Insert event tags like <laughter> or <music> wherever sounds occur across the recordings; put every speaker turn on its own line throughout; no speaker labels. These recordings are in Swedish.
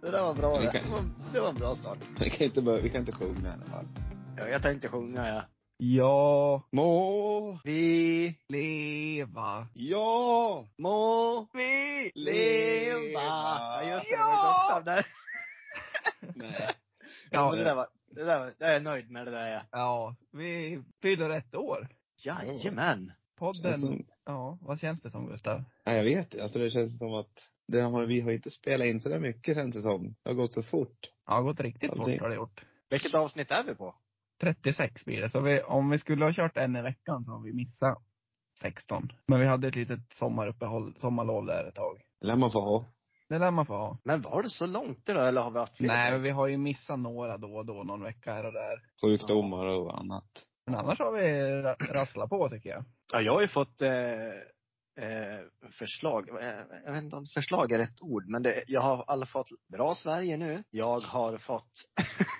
var bra
Vi
det.
kan-
Det var, en- det var en bra start.
Vi kan inte, bör- vi kan inte sjunga i alla fall.
Ja, jag tänkte sjunga ja.
Ja,
Må,
Vi
leva.
ja,
må
Vi
leva. Ja, just det. Det var Gustav där.
nej.
Ja,
Ja,
men det där var, det där, var- det där är jag nöjd med det där ja.
ja, vi fyller ett år.
Jajamän.
Podden,
Känns som,
ja, vad känns det som Gustav?
nej, jag vet Alltså det känns som att det har, vi har inte spelat in så där mycket känns det som. Det har gått så fort.
Ja, gått riktigt
Ja,
fort
det-
har det gjort.
Vilket avsnitt är vi på?
36 blir det. Så vi, om vi skulle ha kört en i veckan så har vi missat 16. Men vi hade ett litet sommaruppehåll, sommarlov där ett tag.
Det lär man få ha.
Det lär man få ha.
Men var det så långt det då, eller har vi haft fler?
Nej, men vi har ju missat några då och då, någon vecka här och där.
Sjukdomar och annat.
Men annars har vi ra- rasslat på tycker jag.
Ja, jag har ju fått eh, eh, förslag. Eh, Jag vet inte om förslag är rätt ord, men det, jag har i alla fall fått Bra Sverige nu. Jag har fått <laughs>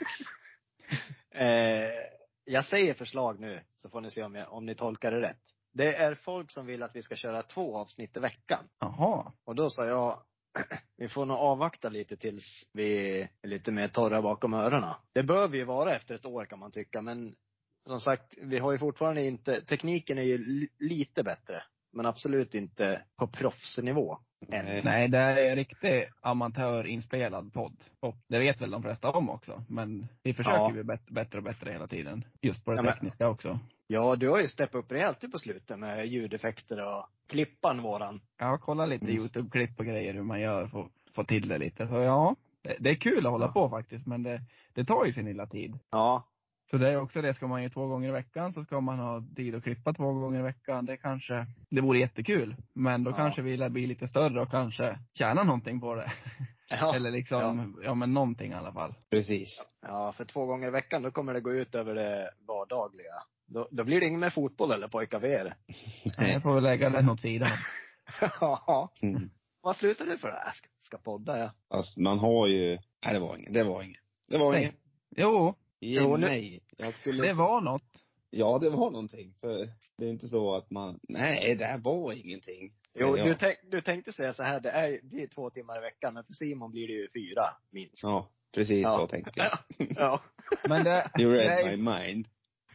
eh, Jag säger förslag nu, så får ni se om, jag, om ni tolkar det rätt. Det är folk som vill att vi ska köra två avsnitt i veckan.
Jaha.
Och då sa jag, <clears throat> vi får nog avvakta lite tills vi är lite mer torra bakom öronen. Det bör vi ju vara efter ett år kan man tycka, men som sagt, vi har ju fortfarande inte, tekniken är ju li, lite bättre. Men absolut inte på proffsnivå. Än.
Nej.
Nej, det här är en riktig amatörinspelad podd. Och det vet väl de flesta om också. Men vi försöker
Ja.
bli bättre, bättre och bättre hela tiden. Just på det
Ja, men-
tekniska också.
Ja, du har ju steppat upp rejält ju på slutet med ljudeffekter och klippan våran.
Ja, kolla lite
Mm.
Youtube-klipp och grejer hur man gör för att få till det lite. Så ja, det, det är kul att hålla
Ja.
på faktiskt. Men det, det tar ju sin lilla tid.
Ja.
Så det är också det, ska man ju två gånger i veckan så ska man ha tid att klippa två gånger i veckan. Det kanske, det vore jättekul. Men då
Ja.
kanske vi lär bli lite större och kanske tjäna någonting på det.
Ja.
Eller liksom, ja. men någonting i alla fall.
Precis.
ja, för två gånger i veckan då kommer det gå ut över det vardagliga. Då, då blir det inget mer fotboll eller pojkar för er. <laughs>
Nej.
Jag får väl lägga den åt sidan.
ja.
<laughs> Mm.
Vad slutar du för? Jag ska, ska podda ja.
Fast man har ju, nej det var inget, det var inget. Det var
Nej.
inget.
Jo,
Jo, nu-
nej. Jag skulle...
det var något.
Ja, det var någonting. För det är inte så att man, nej det här var ingenting.
Jo,
säger
du,
jag.
tänk, du tänkte säga så här, det är, ju- blir två timmar i veckan, men för Simon blir det ju fyra, minst.
Ja, precis
Ja.
så tänkte jag.
<laughs> Ja.
Men
<laughs>
det,
You
det, är,
read
ju-
my mind.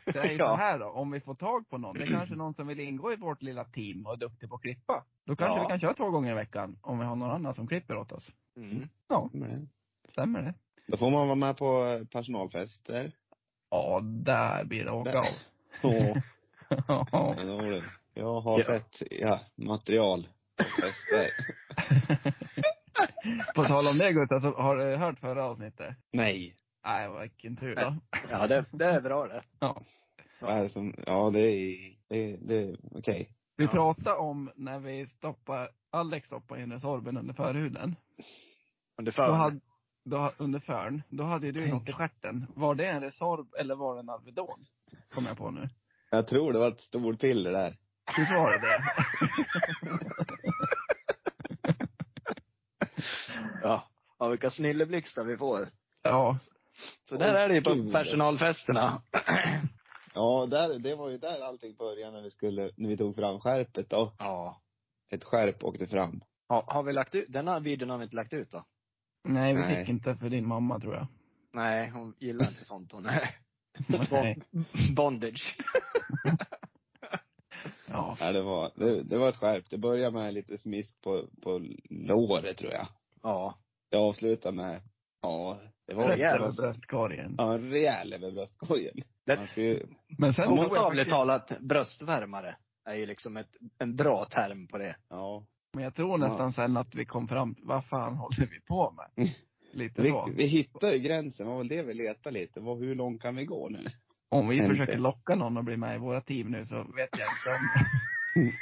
det är ju
Ja.
så här då, om vi får tag på någon. Det är kanske någon som vill ingå i vårt lilla team och är duktig på att klippa. Då kanske
Ja.
vi kan köra två gånger i veckan om vi har någon annan som klipper åt oss.
Mm.
Men
Stämmer det?
Då får man vara med på eh, personalfester.
Ja, där blir det åka av.
<laughs>
Åh,
Ja.
men då var det. Jag har
Ja.
sett, ja, material på fester.
På tal om det Gustav, så har du hört förra avsnittet?
Nej.
Nej, vilken tur då.
Ja, det, det är bra det.
Vad är det som, ja det är, det, det okej.
Vi
Ja.
pratade om när vi stoppade, Alex stoppade in Resorben under förhuden.
Under
Då
förhuden.
hade, då, under förn. Då hade ju du något i stjärten. Var det en Resorb eller var det en Alvedon? Kommer jag på nu.
Jag tror det var ett storpiller där.
Visst var det det?
Ja. ja, vilka snilleblixtar vi får.
Ja.
Så där är det ju
Gud.
på personalfesterna.
Ja, där, det var ju där allting började när vi skulle, när vi tog fram skärpet då.
Ja.
Ett skärp åkte fram.
Ha, har vi lagt ut, den här videon har vi inte lagt ut då?
Nej, vi
Nej.
fick inte för din mamma tror jag.
<laughs>
Nej, hon gillar inte sånt hon. Nej.
Nej.
<laughs> Bondage.
Ja.
Ja, det var, det, det var ett skärp. Det började med lite smisk på, på låret tror jag.
Ja.
Det avslutade med, ja, det var
<laughs> Rejäl
det
Rätt över
var-
bröstkorgen.
Ja, en rejäl över bröstkorgen.
Det-
Man ska ju,
Men sen tror jag
Bokstavligt
faktiskt-
talat, bröstvärmare är ju liksom ett, en bra term på det.
ja.
Men jag tror nästan sen att vi kom fram, vad fan håller vi på med? Lite
Mm. Vi,
så.
vi hittar ju gränsen, vad var det vi letade lite? Vad, hur långt kan vi gå nu?
Om vi
Inte.
försöker locka någon att bli med i våra team nu så vet jag inte om...
<laughs>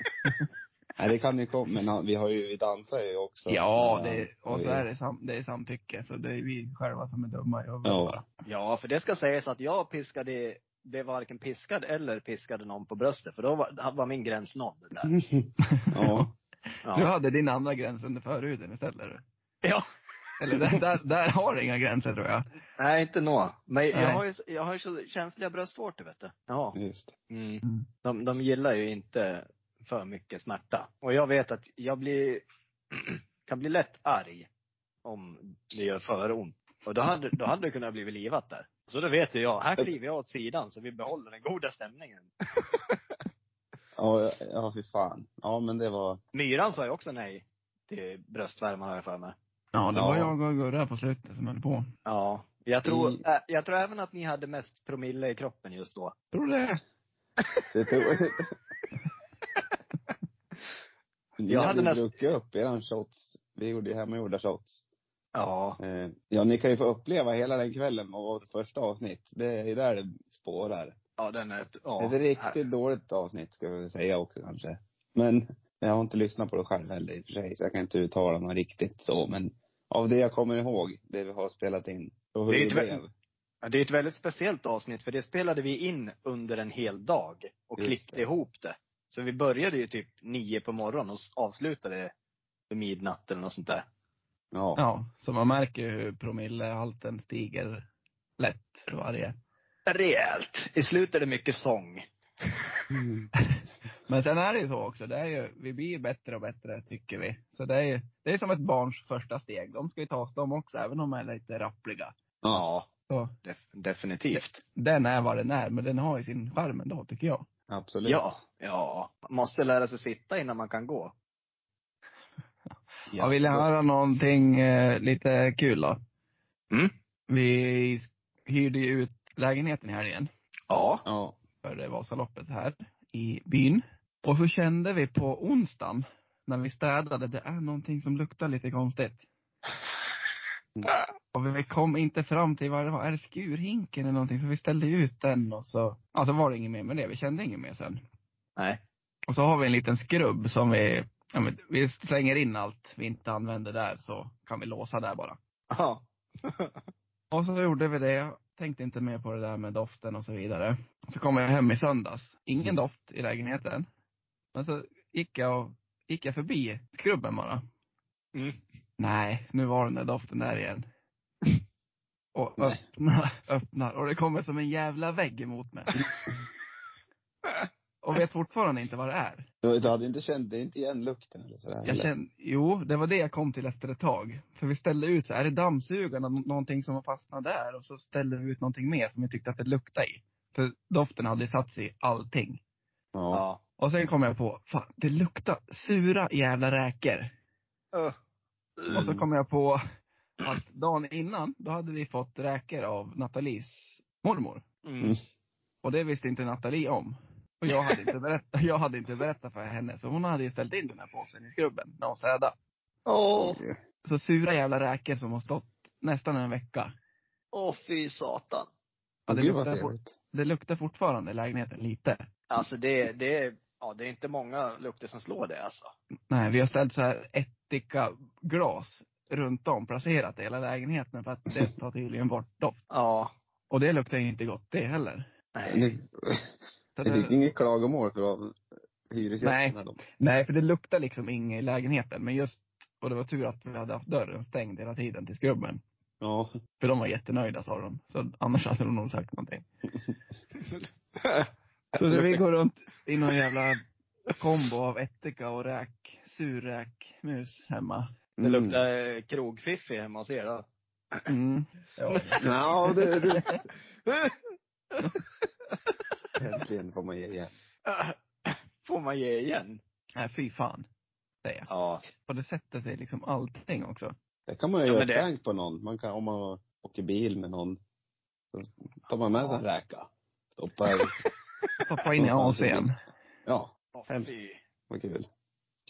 Nej, det kan ju komma, men ja, vi har ju, vi dansar ju också.
Ja, det, och
vi-
så är det, sam, det är samtycke. Så det är vi själva som är dumma i huvudet.
Ja.
Ja, för det ska sägas att jag piskade, blev varken piskad eller piskade någon på bröstet. För då var, var min gräns nådd där.
ja. <laughs>
Du
Ja.
hade din andra gräns under förhuden istället. du.
ja.
Eller där, där, där har du inga gränser tror jag.
Nej, inte nå. Men jag
Nej.
har, ju, jag har ju så känsliga bröstvårtor vet du. Ja.
Just
Mm. De, de gillar ju inte <clears throat> för mycket smärta. Och jag vet att jag blir, kan bli lätt arg om det gör för ont. Och då hade, då hade det kunnat bli livat där. Så då vet ju jag, här kliver jag åt sidan så vi behåller den goda stämningen.
Ja, ja fy fan. Ja men det var,
Myran sa ju också nej till bröstvärmarna har jag för mig.
Ja, det var
Ja.
jag och Gurra på slutet som höll på.
Ja. Jag tror,
Mm.
äh, jag tror även att ni hade mest promille i kroppen just då.
Tror du det?
det
<laughs>
tror jag inte. Ni
Jag
jag
hade
hade
nästan-
druckit upp eran shots. Vi gjorde ju hemmagjorda shots.
Ja.
Eh, Ja, ni kan ju få uppleva hela den kvällen och vårt första avsnitt. Det är ju där det spårar.
Ja, den är, ett- ja.
Ett riktigt dåligt avsnitt ska vi väl säga också kanske. Men jag har inte lyssnat på det själv heller i och för sig, så jag kan inte uttala mig riktigt så. Men av det jag kommer ihåg, det vi har spelat in och hur
Det är
det,
ett vä-
blev.
Ja, Det är ett väldigt speciellt avsnitt för det spelade vi in under en hel dag och
Just
klippte
det.
ihop det. Så vi började ju typ nio på morgonen och s- avslutade vid midnatt eller något sånt där.
Ja.
Ja, så man märker ju hur promillehalten stiger lätt för varje.
Rejält. I slutet är det mycket sång.
Mm.
Men sen är det ju så också, det är ju, vi blir ju bättre och bättre tycker vi. Så det är ju, det är som ett barns första steg. De ska ju tas de också, även om de är lite rappliga.
Ja.
Så
def- definitivt.
den är vad den är, men den har ju sin charm ändå tycker jag.
Absolut.
Ja. Ja. Man måste lära sig sitta innan man kan gå.
Jag ville höra någonting eh, lite kul då.
Mm.
Vi hyrde ju ut lägenheten i helgen
Ja.
Ja.
för det Vasaloppet här i byn. Och så kände vi på onsdagen när vi städade, det är någonting som luktar lite konstigt. Och vi kom inte fram till vad det var. Är det skurhinken eller någonting? Så vi ställde ut den och så, alltså var det inget mer med det. Vi kände inget mer sen.
Nej.
Och så har vi en liten skrubb som vi, ja men vi slänger in allt vi inte använder där så kan vi låsa där bara.
Ja.
Och så gjorde vi det. Tänkte inte mer på det där med doften och så vidare. Så kom jag hem i söndags. Ingen doft i lägenheten. Men så gick jag, och, gick jag förbi skrubben bara.
Mm.
Nej, nu var den där doften där igen. Och
Nej.
öppnar, öppnar och det kommer som en jävla vägg emot mig. Och vet fortfarande inte vad det är.
Du, du hade inte känt, det är inte igen lukten eller sådär?
Jag
eller?
kände, jo, det var det jag kom till efter ett tag. För vi ställde ut så här, är det dammsugarna, nå- någonting som har fastnat där? Och så ställde vi ut någonting mer som vi tyckte att det luktade i. För doften hade satt sig i allting.
Ja.
Ja.
Och sen kom jag på, fan, det luktar sura jävla räkor.
Öh.
Och så kom jag på att dagen innan, då hade vi fått räkor av Nathalies mormor.
Mm.
Och det visste inte Nathalie om. Och jag hade inte berättat, <laughs> jag hade inte berättat för henne. Så hon hade ju ställt in den här påsen i skrubben när hon städade.
Åh. Åh
Så sura jävla räkor som har stått nästan en vecka.
fy satan.
Ja, det,
Gud vad
luktar, fort-
trevligt.
det luktar fortfarande i lägenheten lite.
Alltså det, det, ja det är inte många lukter som slår det alltså.
Nej, vi har ställt så här ättika glas runt om, placerat i hela lägenheten för att det tar tydligen bort doft.
Ja.
Och det luktar ju inte gott det heller.
Nej.
Ni,
Så
ni
det-
fick inget klagomål från hyresgästerna då?
Nej, för det luktar liksom inget i lägenheten. Men just, och det var tur att vi hade haft dörren stängd hela tiden till skrubben.
Ja.
För de var jättenöjda sa de. Så annars hade de nog sagt någonting. Så det, vi går runt i någon jävla kombo av ättika och räk, surräkmus hemma.
Det luktar eh, krogfiffi hemma hos er då.
Mm. Ja.
Ja, du, du. Äntligen får man ge igen.
<laughs> Får man ge igen?
Nej, fy fan. Säger jag.
Ja.
Och det sätter sig liksom allting också.
Det kan man ju
Ja,
göra
men det-
prank på någon. Man kan, om man åker bil med någon, så tar man med sig en räka.
<laughs>
Stoppar.
Stoppa in i AC'n.
Ja,
Åh,
Hemskt.
fy.
vad kul.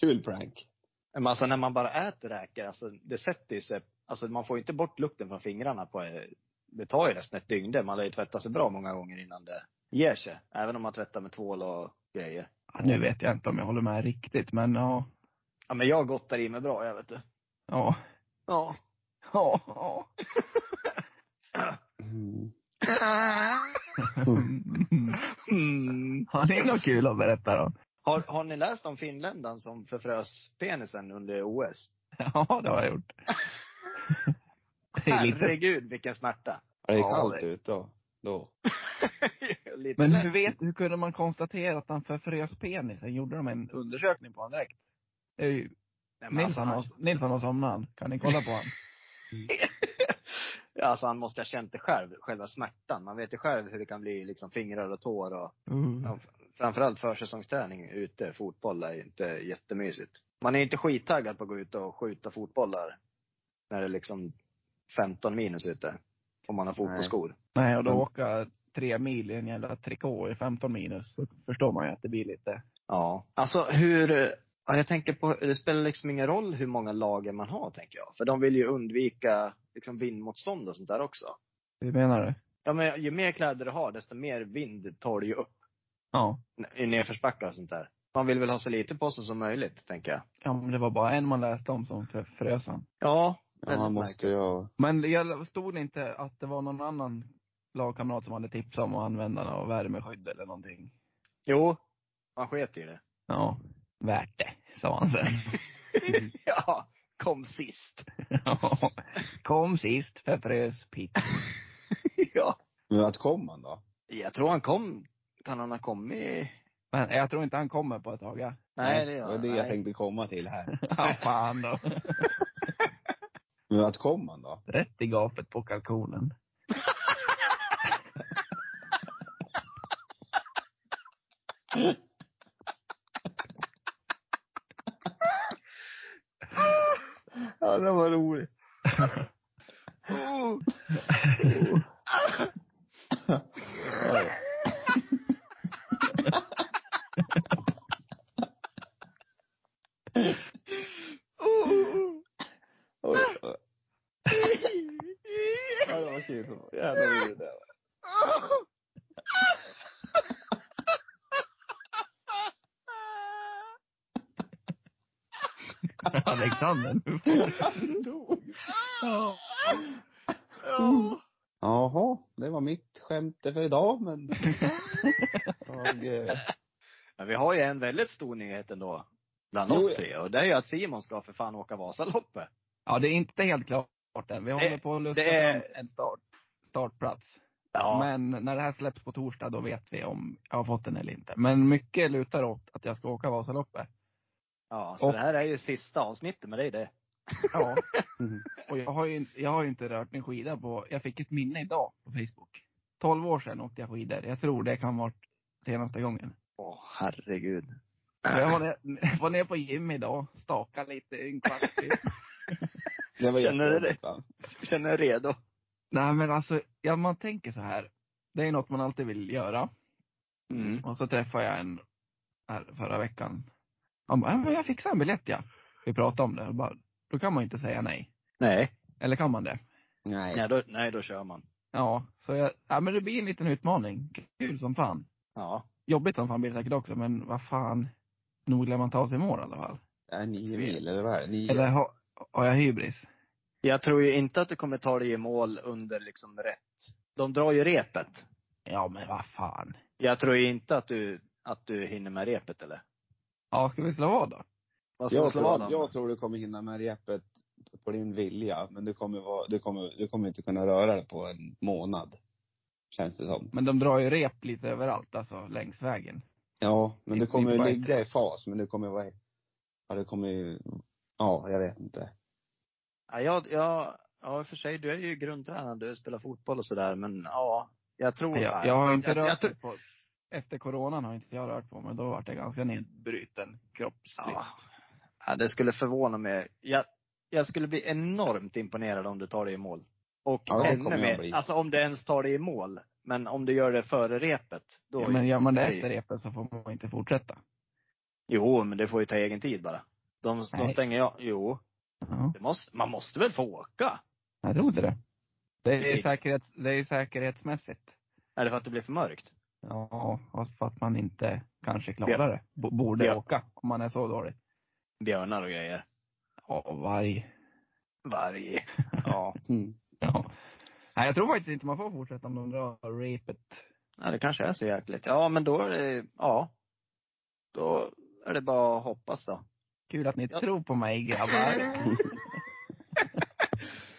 Kul prank.
Men alltså när man bara äter räkor, alltså det sätter ju sig. Alltså man får ju inte bort lukten från fingrarna på eh, det tar ju nästan ett dygn det. Man lär ju tvätta sig bra många gånger innan det ger sig. Även om man tvättar med tvål och grejer.
Ja, nu vet jag inte om jag håller med riktigt, men ja.
Ja men jag gottar i mig bra, jag vet du.
Ja.
Ja.
Ja. ja.
Mm.
<laughs> Mm.
Har ni något kul att berätta då?
Har, har ni läst om finländaren som förfrös penisen under OS?
Ja, det har jag gjort. Det är lite...
Herregud
<laughs>
vilken smärta.
Det är
Ja,
kallt
det-
ute då. då.
Lite
Men hur,
lätt.
vet, hur kunde man konstatera att han förfrös penisen? Gjorde de en undersökning på honom direkt? Det är ju,
Nej, men
Nilsson,
alltså,
har, Nilsson har somnat. Kan ni kolla på honom?
Alltså han måste ha känt det själv, själva smärtan. Man vet ju själv hur det kan bli liksom fingrar och tår och
<laughs> Mm.
Ja, framförallt försäsongsträning ute, fotboll är ju inte jättemysigt. Man är ju inte skittaggad på att gå ut och skjuta fotbollar när det är liksom 15 minus ute. Om man har fotbollsskor.
Nej, och då
Men-
åka tre mil i en jävla trikå i 15 minus, så förstår man ju att det blir lite.
Ja. Alltså hur, ja, jag tänker på, det spelar liksom ingen roll hur många lager man har tänker jag. För de vill ju undvika liksom vindmotstånd och sånt där också.
Hur menar du?
Ja men ju mer kläder du har desto mer vind tar du ju upp
Ja.
i nedförsbackar och sånt där. Man vill väl ha så lite på sig som möjligt, tänker jag.
Ja, men det var bara en man läste om som för- frös han.
Ja.
Ja, han
väldigt
måste ju ha...
Men jag stod det inte att det var någon annan lagkamrat som hade tipsat om att använda den av värmeskydd eller någonting?
Jo, man sket i det.
Ja. Värt det, sa han <laughs> sen.
Mm.
<laughs> ja, kom sist.
<laughs>
Ja. Kom sist, förfrös pitt.
ja.
Men vart kom han då?
Jag tror han kom, kan han ha kommit?
Men jag tror inte han kommer på ett tag. <laughs> Ja.
Nej,
det
gör
var
han.
det jag
Nej.
tänkte komma till här.
Ja, fan då.
Men vart kom han då?
Rätt i gapet på kalkonen.
Ja, det var roligt.
Oh,
Ja.
oh.
Oj, oj. Ja, det var kul. Jävlar vad roligt det var.
Alexander,
<laughs>
nu får
Han dog. Jaha, det var mitt skämt för idag,
<laughs>
men... Jag, eh,
Men vi har ju en väldigt stor nyhet ändå. Bland
Jo,
oss
ja.
tre. Och det är ju att Simon ska för fan åka Vasaloppet.
Ja, det är inte helt klart än. Vi håller på att luska
det är-
fram en start, startplats.
Ja.
Men när det här släpps på torsdag, då vet vi om jag har fått den eller inte. Men mycket lutar åt att jag ska åka Vasaloppet.
ja så
Och-
det här är ju sista avsnittet med dig det.
<laughs> Ja.
Mm.
Och jag har ju, inte- jag har ju inte rört min skida på, jag fick ett minne idag på Facebook. 12 år sedan åkte jag skidor. Jag tror det kan vara senaste gången.
Åh, herregud.
Så jag var ner, <laughs> var ner på gym idag, stakade lite, en kvart
<laughs>
till.
det var
Känner du
jätteroligt va?
Känner dig redo?
Nej men alltså, ja, man tänker så här. Det är något man alltid vill göra.
Mm.
Och så träffade jag en här förra veckan. Han bara, "Ja, men jag fixar en biljett ja. Vi pratade om det. Jag Bara, då kan man ju inte säga nej.
Nej.
Eller kan man det?
Nej.
Nej då, nej, då kör man.
Ja, så jag, ja men det blir en liten utmaning. Kul som fan.
Ja.
Jobbigt som fan blir det säkert också, men vad fan. Nog lär man ta sig i mål i alla fall.
Det är nio mil, eller vad är det? Nio?
Eller har, har jag hybris?
Jag tror ju inte att du kommer ta dig i mål under liksom rätt. De drar ju repet.
Ja men vad fan.
Jag tror ju inte att du, att du hinner med repet eller?
Ja, ska vi slå vad då?
Vad ska
Jag
jag slå vad
tror,
om?
jag tror du kommer hinna med repet på din vilja, men du kommer, vara, du kommer, du kommer inte kunna röra det på en månad. Känns det som.
Men de drar ju rep lite överallt alltså, längs vägen.
Ja, men du
Inte- inte
kommer
bara
ligga i fas, men du kommer vara, ja du kommer ju, ja jag vet inte.
Ja, jag, jag, ja, i och för sig, du är ju grundtränad, du spelar fotboll och sådär, men ja. Jag tror...
Jag, jag har inte
jag,
rört
jag, tror-
mig på, efter coronan har inte jag rört på mig. Då var det ganska nedbruten kroppsligt.
Ja. Liksom. ja. Det skulle förvåna mig. Jag, jag skulle bli enormt imponerad om du tar dig i mål. Och
Ja, det
ännu
kommer jag
mer,
bli.
alltså om du ens tar dig i mål. Men om du gör det före repet, då...
Ja, men gör man det
Oj.
efter repet så får man inte fortsätta.
Jo, men det får ju ta egen tid bara. De, de
Nej.
stänger ja. Jo.
Ja,
Det måste, man måste väl få åka?
jag trodde det. Det är,
Okej.
säkerhets, det är säkerhetsmässigt.
Är det för att det blir för mörkt?
Ja, och för att man inte kanske klarar det. B- Borde
Ja.
åka om man är så dålig.
Björnar och grejer.
Ja, varg.
Varg. <laughs> Ja.
Mm.
Ja. Nej, jag tror faktiskt inte man får fortsätta om de drar repet.
ja, det kanske är så jäkligt. Ja, men då är det, ja. Då är det bara att hoppas då.
Kul att ni
Ja.
tror på mig grabbar.
<laughs>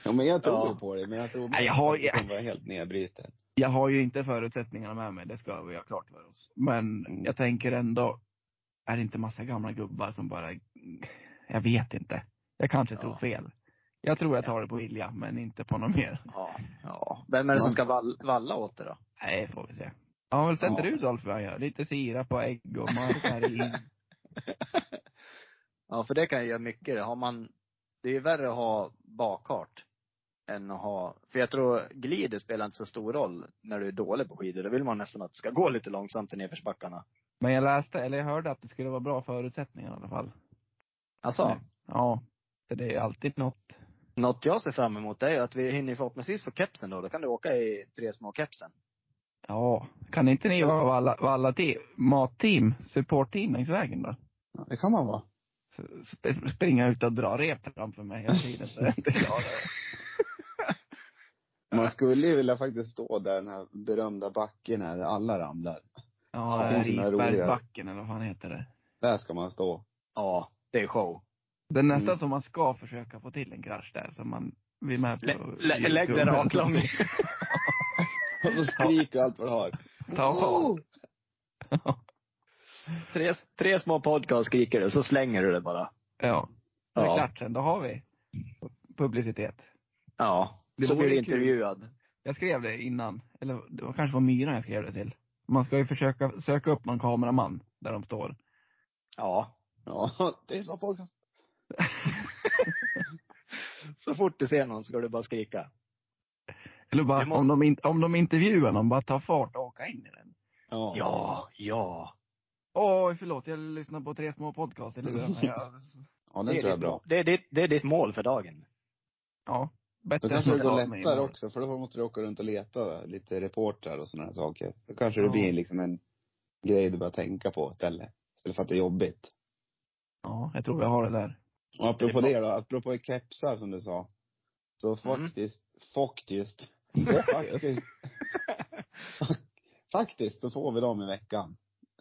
Ja, men jag tror
Ja.
på dig, men jag tror
Nej, jag har-
att du kommer vara helt nedbruten.
Jag har ju inte förutsättningarna med mig, det ska vi ha klart för oss. Men
Mm.
jag tänker ändå, är det inte massa gamla gubbar som bara, jag vet inte. Jag kanske
Ja.
tror fel. Jag tror jag tar det på Ilja, men inte på någon mer.
Ja. ja. Vem är det som ska vall, valla åt det då?
Nej, får vi se. Ja, väl sätter
Ja.
Rudolf vad han gör. Lite sirap och ägg och
<laughs>
margarin.
Ja, för det kan ju göra mycket. Har man, det är ju värre att ha bakhart än att ha, för jag tror glider spelar inte så stor roll när du är dålig på skidor. Då vill man nästan att det ska gå lite långsamt i nedförsbackarna.
men jag läste, eller jag hörde att det skulle vara bra förutsättningar i alla fall.
Alltså,
Nej. Ja. Så det är ju alltid något.
något jag ser fram emot är ju att vi hinner förhoppningsvis få kepsen då. Då kan du åka i tre små kepsen.
Ja. Kan inte ni vara valla, valla te, matteam, supportteam längs vägen då?
Ja, det kan man vara.
Så- sp- Springa ut och dra rep framför mig hela tiden
<laughs>
så jag inte klarar det.
Man skulle ju vilja faktiskt stå där, den här berömda backen här, där alla ramlar.
Ja,
Ja, det
finns ju några roliga.
Risbergsbacken eller vad fan heter det.
Där ska man stå. <laughs>
Ja, det är show.
Det är nästan
Mm.
som man ska försöka få till en krasch där som man vill med på.
Lä, lä, lägg dig raklång.
Och så skriker du allt vad du har.
<laughs> Ta
<laughs>
fart.
Oh! tre, tre små podcast skriker du, så slänger du det bara.
Ja. Det är
Ja.
klart sen, då har vi publicitet.
Ja.
Det
så
vore
blir du
kul.
intervjuad.
Jag skrev det innan, eller det var kanske var Myran jag skrev det till. Man ska ju försöka söka upp någon kameraman där de står.
Ja.
Ja, det är som en podcast.
Så fort du ser någon ska du bara skrika.
Eller bara,
Jag måste-
om, de in, om de intervjuar någon, bara ta fart och åka in i den.
Ja.
Ja, ja.
Åh, förlåt, jag lyssnar på tre små podcast i
<laughs>
lurarna. Jag-
Ja, den
det, är
tror jag är
ditt-
bra.
Det är, ditt, det är ditt mål för dagen.
Ja, bättre
Då kanske
än
det går
soldat med
lättare
imorgon.
också, för då måste du åka runt och leta lite reportrar och sådana saker. Då kanske det
Ja.
blir liksom en grej du börjar tänka på istället. Istället för att det är jobbigt.
Ja, jag tror jag har det där.
Och apropå
Det är
det då, apropå kepsar som du sa. Så
Mm.
faktiskt,
<laughs>
faktiskt, faktiskt, <laughs> faktiskt så får vi dem i veckan.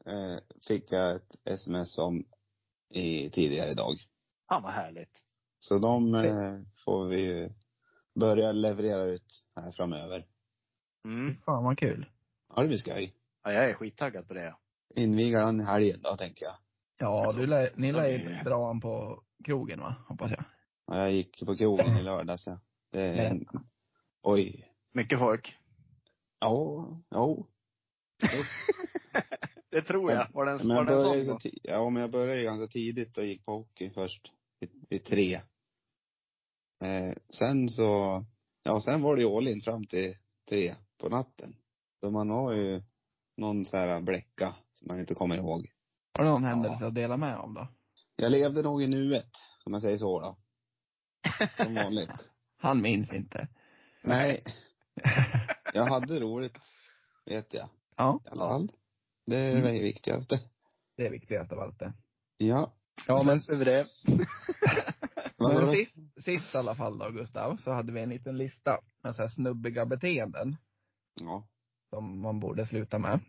Eh, fick jag ett sms om i, tidigare idag.
Fan vad härligt.
Så de eh, får vi ju börja leverera ut här framöver.
Mm.
Fan vad kul.
Ja, det blir skoj.
Ja, jag är skittaggad på det.
Invigar han i helgen då, tänker jag.
Ja,
Alltså,
du lär, ni
så
lär
är
ju
det.
dra han på krogen va, hoppas jag.
Ja, jag gick på krogen i lördags, ja. Det är en... Oj.
Mycket folk.
Ja, ja.
Det tror jag. Var den,
Men
var
jag
den
började, ju
sån
så
då?
ti- ja, men jag började ju ganska tidigt och gick på hockey först vid, vid tre. Eh, sen så, ja sen var det ju all in fram till tre på natten. Så man har ju någon så här bläcka som man inte kommer ihåg.
Har du någon händelse att dela med av då?
Jag levde nog i nuet, om man säger så då. Som vanligt.
Han minns inte.
Nej, jag hade roligt, vet jag.
Ja.
I alla fall. Det är det viktigaste.
<laughs> Det är viktigast av allt det.
Ja.
Ja, men
Släpper vi det.
<laughs> Vad sa
Men
du?
sist, sist i alla fall då, Gustav, så hade vi en liten lista med så här snubbiga beteenden
Ja.
som man borde sluta med.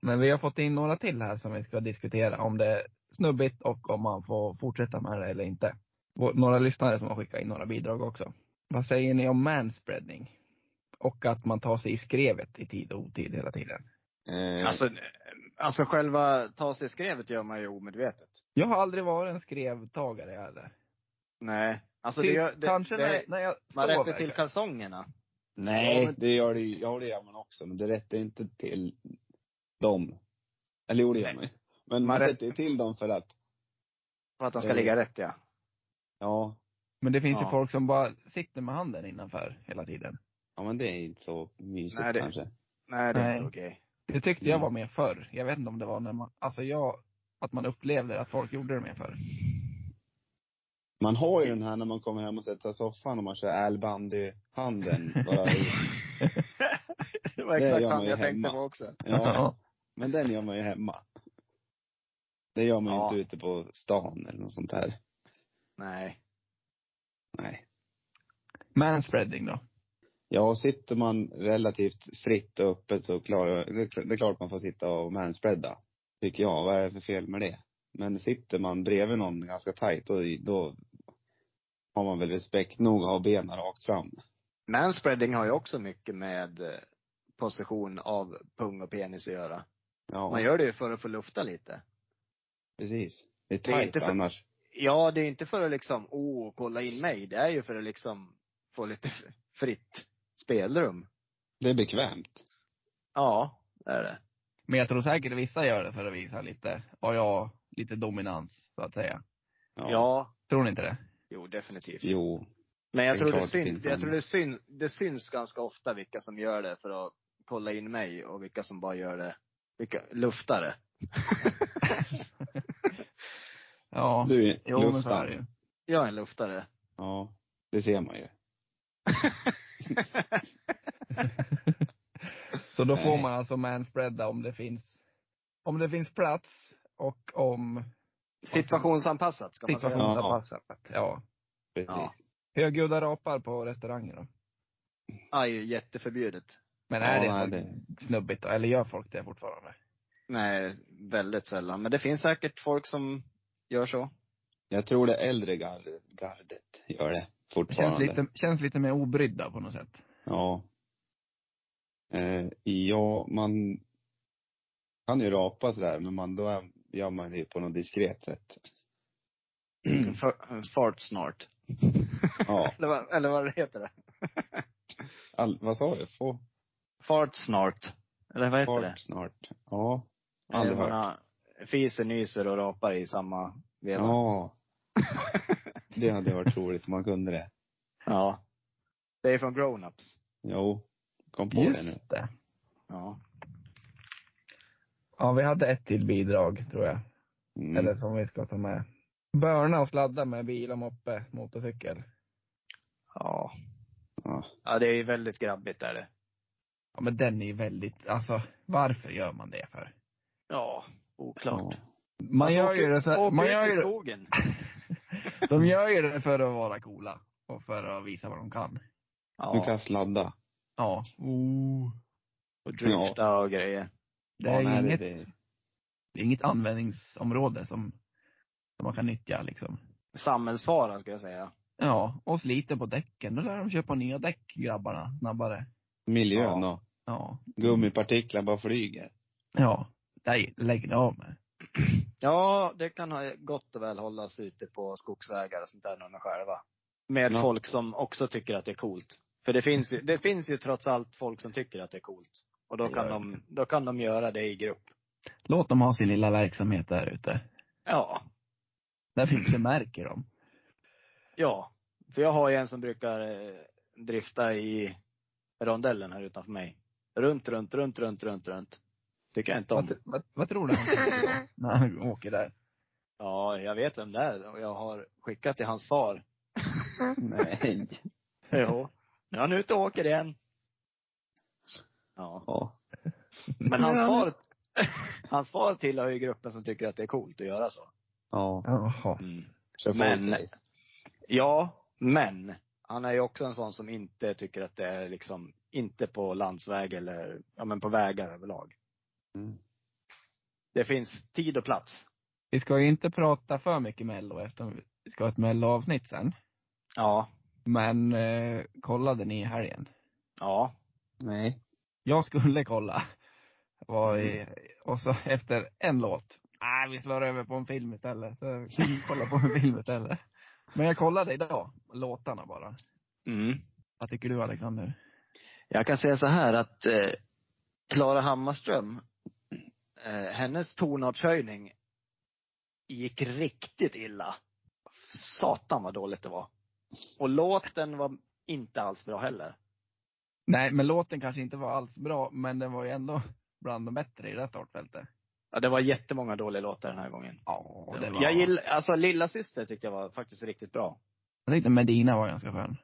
Men vi har fått in några till här som vi ska diskutera om det är snubbigt och om man får fortsätta med det eller inte. Vår- Några lyssnare som har skickat in några bidrag också. Vad säger ni om manspreading? Och att man tar sig i skrevet i tid och otid hela tiden.
Eh,
Alltså, alltså själva ta sig i skrevet gör man ju omedvetet.
Jag har aldrig varit en skrevtagare heller.
Nej. Alltså det,
Till-
gör- det,
Kanske
det,
när, när jag
Man rätter
sover.
till kalsongerna.
Nej,
Ja, men-
det gör det ju. Ja, det gör man också. Men det rätter inte till dem. Eller jo, det gör
Nej.
man ju. Men man
Man
rätter ju till dem för att,
För att de ska
Mm.
ligga rätt ja.
ja,
Men det finns
Ja.
ju folk som bara sitter med handen innanför hela tiden.
ja men det är inte så mysigt
Nej, det-
kanske.
Nej, det är
Nej.
inte okej.
Det tyckte
Mm.
jag
Ja.
var mer förr. Jag vet inte om det var när man, alltså jag, att man upplevde att folk gjorde det mer förr.
Man har ju
Mm.
den här när man kommer hem och sätter sig i soffan och man kör Al Bundy-handen bara i.
<laughs> Det
<laughs>
var
Det
exakt
gör man
han
ju
jag tänkte
hemma.
på också.
Ja, men den gör man ju hemma. Det gör man ju
Ja.
inte ute på stan eller något sånt där.
Nej.
Nej.
Manspreading då.
Ja, sitter man relativt fritt och öppet så klarar, det är klart- det är klart man får sitta och manspreada. Tycker jag. Vad är det för fel med det? Men sitter man bredvid någon ganska tajt, då, då har man väl respekt nog att ha benen rakt fram.
Manspreading har ju också mycket med eh, position av pung och penis att göra.
Ja,
Man gör det ju för att få lufta lite.
precis. Det är
Det är
tajt
inte för-
annars.
Ja, det är inte för att liksom, åh, kolla in mig. Det är ju för att liksom få lite f- fritt spelrum.
Det är bekvämt.
Ja, det är det.
Men jag tror säkert vissa gör det för att visa lite, ja, ja, lite dominans så att säga.
Ja.
Tror ni inte det?
Jo, definitivt.
Jo.
Men jag
Det är
tror, det
klart det
syns,
finns
jag
sådana.
tror det, syns, det syns ganska ofta vilka som gör det för att kolla in mig och vilka som bara gör det, vilka luftare.
Ja.
Du är
jo, men så är det
luftare.
ju.
Jag är en luftare.
Ja. Det ser man ju.
Så då får
Nej.
man alltså manspreada om det finns, om det finns plats och om
Situationsanpassat ska man säga.
Situation.
situationsanpassat. Ja.
Precis.
Ja.
Högljudda rapar på restauranger då.
Aj, förbjudet.
Men
Ja,
är det
nej,
så snubbigt då? Eller gör folk det fortfarande?
Nej, väldigt sällan. Men det finns säkert folk som
<clears throat>
gör så.
Jag tror det äldre gardet, gardet gör det
Det
fortfarande.
känns lite, känns lite mer obrydda på något sätt.
Ja. Eh, ja, man kan ju rapa sådär, men man, då är, gör man det på något diskret sätt.
F- Fart snart.
Ja.
Eller vad, eller vad det heter det?
All, vad sa jag? Få
Fart snart. Eller vad heter det?
fart snart. Ja. Aldrig
Eh, man
hört.
har- Fiser, nyser och rapar i samma veva.
Ja. Det hade varit roligt om man kunde det.
Ja. Det är från grown-ups.
Jo. Kom på det nu.
Just det.
Ja.
Ja, vi hade ett till bidrag tror jag.
Mm.
Eller som vi ska ta med. Börna och sladda med bil och moppe, motorcykel.
Ja.
Ja.
Ja, det är ju väldigt grabbigt är det.
Ja men den är ju väldigt, alltså varför gör man det för?
Ja, oklart.
Ja.
Man gör ju det så här, man gör ju
i
det,
skogen.
de gör ju det för att vara coola. Och för att visa vad de kan.
Du
Ja,
kan sladda.
Ja. Oh.
och drifta och grejer.
Det
Ja,
är
nej,
inget,
det,
det är inget användningsområde som, som man kan nyttja liksom.
Samhällsfara ska jag säga.
Ja, och sliter på däcken. Då lär de köpa nya däck grabbarna snabbare.
miljön
Ja.
Ja.
då. Gummipartiklar bara flyger.
Ja. Nej, lägg det av med.
Ja, det kan ha gott och väl hållas ute på skogsvägar och sånt där när de är själva. Med
Ja.
folk som också tycker att det är coolt. För det finns ju, det finns ju trots allt folk som tycker att det är coolt. Och då
Det
kan
gör
de, då kan de göra det i grupp.
Låt dem ha sin lilla verksamhet där ute.
Ja.
Där finns det märker de.
Ja. För jag har ju en som brukar eh, drifta i rondellen här utanför mig. Runt, runt, runt, runt, runt, runt. Tycker jag inte om.
Vad, vad, vad tror du han tänker då, när han åker där?
Ja, jag vet vem det är och jag har skickat till hans far.
<laughs> Nej.
Jo. Nu är han ute och åker igen. Ja.
Ja.
Men hans far, hans far tillhör ju gruppen som tycker att det är coolt att göra så.
Ja.
Jaha.
Kör
Men-
folk race.
Ja, men han är ju också en sån som inte tycker att det är liksom, inte på landsväg eller, ja men på vägar överlag.
Mm.
Det finns tid och plats.
Vi ska ju inte prata för mycket Mello eftersom vi ska ha ett Mello-avsnitt sen.
Ja.
Men eh, kollade ni i helgen?
Ja.
Nej.
Jag skulle kolla. Var i, och så efter en låt, nej vi slår över på en film istället. Så jag kolla på en film istället. Men jag kollade idag, låtarna bara.
Mm.
Vad tycker du Alexander?
Jag kan säga så här att eh, Klara Hammarström, eh, hennes tonartshöjning gick riktigt illa. Satan vad dåligt det var. Och låten var inte alls bra heller.
Nej men låten kanske inte var alls bra, men den var ju ändå bland de bättre i det här startfältet.
Ja, det var jättemånga dåliga låtar den här gången.
Ja, det var...
Jag gillar, alltså Lilla Syster tyckte jag var faktiskt riktigt bra.
Jag tyckte Medina var ganska skön.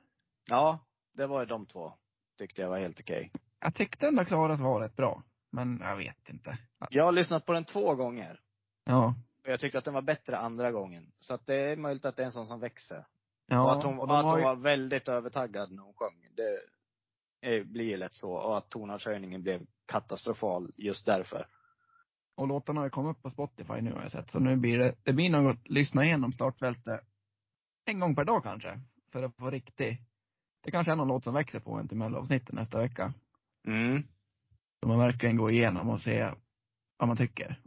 Ja, det var ju de två. Tyckte jag var helt okej.
Jag tyckte ändå Klaras var rätt bra. Men jag vet inte.
Jag har lyssnat på den två gånger.
Ja.
Och jag tyckte att den var bättre andra gången. Så att det är möjligt att det är en sån som växer.
ja
och att hon,
och
och
de
att
har
hon
ju-
var väldigt övertaggad när hon sjöng. Det är, blir ju lätt så. Och att tonartshöjningen blev katastrofal just därför.
Och låtarna har ju kommit upp på Spotify nu har jag sett. Så nu blir det, det blir något, lyssna igenom startfältet en gång per dag kanske. För att få riktig. Det kanske är någon låt som växer på en till melloavsnittet nästa vecka.
Mm.
Så man verkligen går igenom och ser vad man tycker.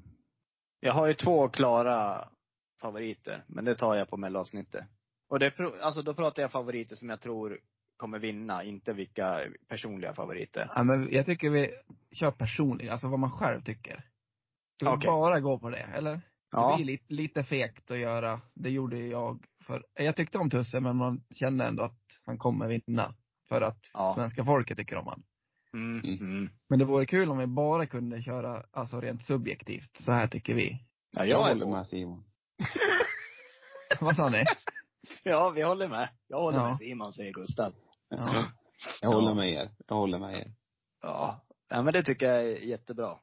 Jag har ju två klara favoriter, men det tar jag på mellanavsnittet. Och det, pro- alltså då pratar jag favoriter som jag tror kommer vinna, inte vilka personliga favoriter.
Ja, men jag tycker vi kör personligt, alltså vad man själv tycker. Ska vi
Okej.
bara gå på det, eller? Det
Ja.
blir lite, lite fegt att göra. Det gjorde ju jag för, jag tyckte om Tusse men man kände ändå att han kommer vinna. För att
Ja.
svenska folket tycker om han.
Mm, mm.
Men det vore kul om vi bara kunde köra, alltså rent subjektivt, så här tycker vi.
Ja,
Jag
jag är
håller
med.
med Simon.
Vad sa ni?
<laughs> Ja, vi håller med. Jag håller
Ja.
med Simon, säger Gustav.
Ja.
Jag
Ja.
håller med er. Jag håller med er.
Ja. ja. men det tycker jag är jättebra.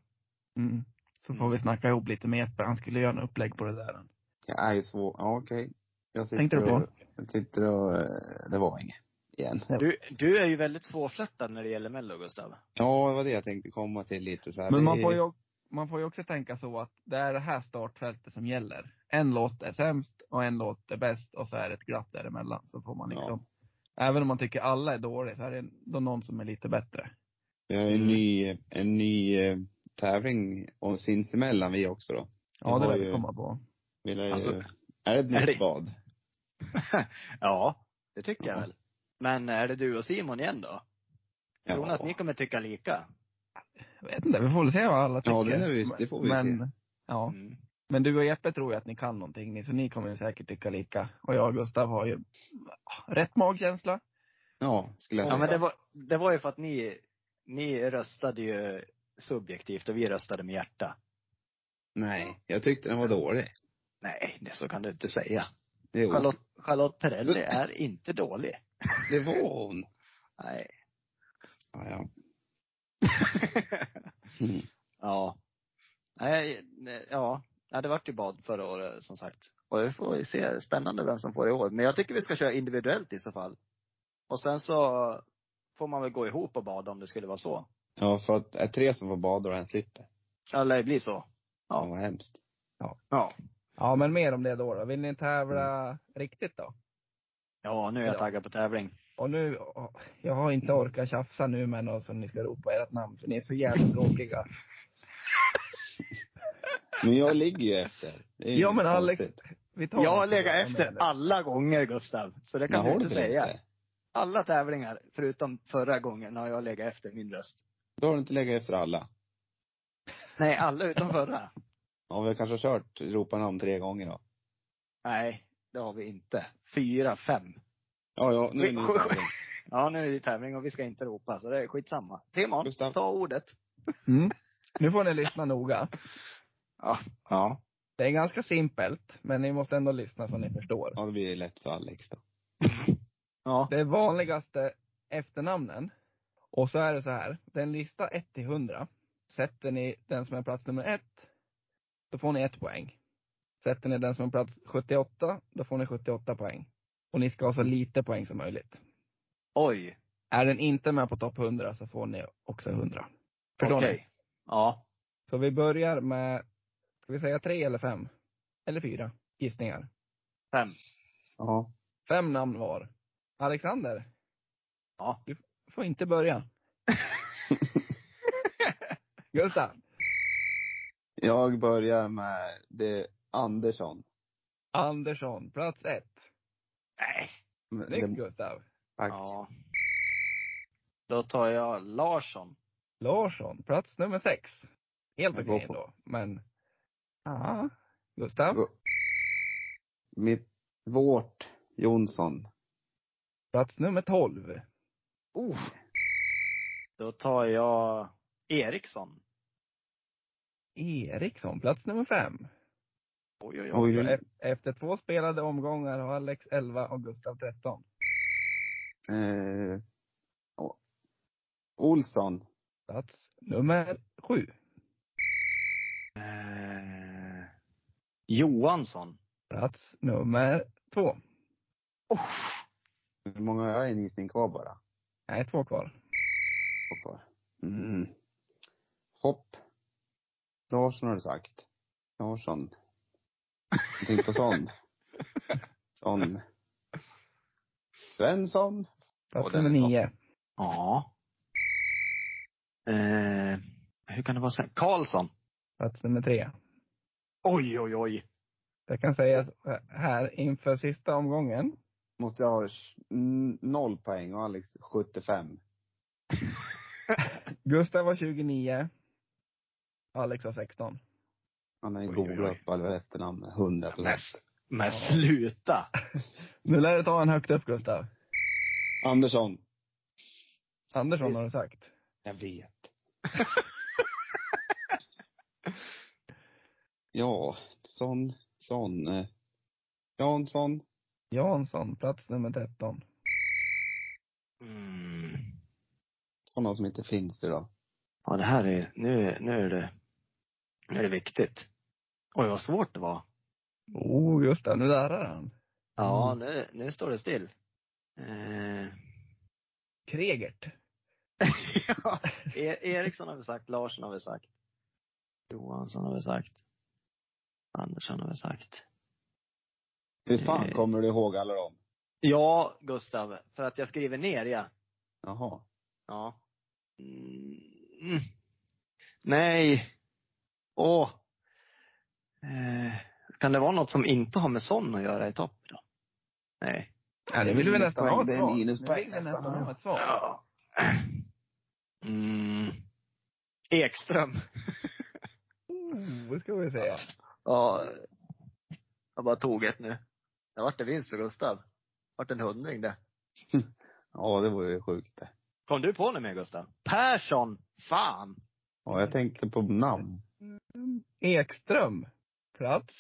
Mm. Så får vi snacka ihop lite med Jeppe, han skulle göra en upplägg på det där.
Jag är ju svår. Ja, okej. Jag sitter
Tänkte du på?
och, jag sitter och, eh, det var inget. Igen.
Du, du är ju väldigt svårflörtad när det gäller mello, Gustav.
Ja, det var det jag tänkte komma till lite så här.
Men
Det
man
är-
får, ju, man får ju också tänka så att det är det här startfältet som gäller. En låt är sämst och en låt är bäst och så är det ett glapp däremellan. Så får man liksom, även om man tycker alla är dåliga så är det då någon som är lite bättre.
Vi har ju en
Mm.
ny, en ny eh, tävling och sinsemellan vi också då.
Ja, det
har
lär vi
ju-
komma på.
Vi lär ju,
Alltså,
är det ett nytt
är det-
vad?
Ja, det tycker jag
Ja.
väl. Men är det du och Simon igen då? Tror ni att ni kommer tycka lika?
Jag vet inte, vi får väl se vad alla tycker.
Ja, det lär vi- det får vi
men,
se.
Ja.
Mm.
Men du och Jeppe tror ju att ni kan någonting ni, så ni kommer ju säkert tycka lika. Och jag och Gustav har ju ah, rätt magkänsla.
Ja, skulle jag
Ja,
säga.
men det var, det var ju för att ni, ni röstade ju subjektivt och vi röstade med hjärta.
Nej, jag tyckte den var dålig.
Nej, det så kan du inte säga.
Jo,
Charlotte, Charlotte Perrelli är inte dålig.
det var hon.
Nej.
Ja, ja. Mm.
Ja. Nej, nej, ja. ja. Det vart ju bad förra året som sagt. Och vi får ju se, spännande vem som får i år. Men jag tycker vi ska köra individuellt i så fall. Och sen så får man väl gå ihop och bada om det skulle vara så.
Ja, för att är tre som får bada och en slipper.
Eller det blir så. Ja.
Ja, vad hemskt.
Ja.
Ja, men mer om det då. då. Vill ni tävla
Mm.
riktigt då?
Ja, nu är jag
Ja.
taggad på tävling.
Och nu, jag har inte orkat tjafsa nu med någon som ni ska ropa ert namn, för ni är så jävla tråkiga.
Men jag ligger ju efter. Det är ju
Ja, men
konstigt.
Alex, Vi tar
Jag har
något
legat
program
efter
eller?
alla gånger Gustav. Så det
Men
kan
har
du
du
inte
väl
säga.
inte?
Alla tävlingar, förutom förra gången, har jag legat efter min röst.
Då har du inte legat efter alla.
Nej, alla utom förra.
Ja, vi har kanske kört ropa namn tre gånger då.
Nej, det har vi inte. Fyra, fem.
Ja, ja, nu är det
Sk-
ny
sk-
tävling.
Ja, nu är det tävling och vi ska inte ropa, så det är skitsamma. Simon,
Gustav.
ta ordet.
Mm. Nu får ni lyssna noga.
Ja. Ja.
Det är ganska simpelt, men ni måste ändå lyssna så ni förstår.
Ja, det blir lätt för Alex då.
Ja.
Det vanligaste efternamnen. Och så är det så här, den lista 1 till 100. Sätter ni den som är plats nummer 1, då får ni ett poäng. Sätter ni den som är plats 78, då får ni 78 poäng. Och ni ska ha så lite poäng som möjligt.
Oj.
Är den inte med på topp 100 så får ni också 100. Förstår ni?
Okej. Ja.
Så vi börjar med, ska vi säga tre eller fem? Eller fyra gissningar.
Fem.
Ja.
Fem namn var. Alexander,
Ja.
du får inte börja.
<laughs>
Gustav,
Jag börjar med det Andersson.
Andersson, plats ett.
Nej.
Men
Snyggt
Det,
Gustav.
tack.
Ja. Då tar jag Larsson.
Larsson, plats nummer sex. Helt
Jag går
okej
på-
då, men. Ja, Gustav,
Gå- Mitt, vårt Jonsson.
plats nummer tolv.
Oh. Då tar jag Eriksson.
Eriksson, plats nummer fem.
Oj, oj, oj.
Oj,
Så
oj.
e- efter två spelade omgångar har Alex 11 och Gustav 13.
Eh, O- Olsson.
Plats nummer sju.
Eh, Johansson.
Plats nummer två.
Oh.
Hur många har jag en gissning kvar bara?
Nej, två kvar.
Två Kvar. Mm. Hopp. Larsson har du sagt. Larsson. Jag tänkte på sån. Sån. Svensson.
Plats
Och den
nummer
är topp.
nio.
Ja. Eh, hur kan det vara så? här? Karlsson.
Plats nummer tre.
Oj, oj, oj.
Jag kan säga så här inför sista omgången.
Måste jag ha mm, noll poäng och Alex 75.
Gustav har 29. Alex har 16.
Han har ju
Oj, oj,
googlat
oj.
upp alla efternamn 100
Men, men sluta!
Nu lär du ta en högt upp Gustav.
Andersson.
Andersson
Visst.
har du sagt.
Jag
<laughs>
vet. ja, sån, sån. eh, Jansson.
Jansson, plats nummer 13.
Mm.
Såna som inte finns idag.
Ja, det här är, nu, är- nu är det, nu är det viktigt. Oj, vad svårt det var.
Oh, just det. Nu lärde han.
Ja, nu, nu står det still. Eh,
Kregert.
ja, E- Eriksson har vi sagt, Larsson har vi sagt. Johansson har vi sagt. Andersson har vi sagt.
Hur fan
Eh.
kommer du ihåg alla dem?
Ja, Gustav, för att jag skriver ner, ja.
Jaha.
Ja. Mm. Nej. Åh. Eh, kan det vara något som inte har med sån att göra i topp då? Nej.
Ja, det vill vi nästan ha ett
Det är
svar.
minuspoäng
Nu vill vi
nästan,
nästan
ja.
ha ett svar.
Ja. Mm. Ekström.
Oh, det ska vi se.
Ja. Jag bara tog ett nu. Det vart en vinst för Gustav. Vart en hundring det.
Ja, det var ju sjukt det.
Kom du på något mer Gustav? Persson! <laughs> Fan!
Ja, jag tänkte på namn.
Ekström. Plats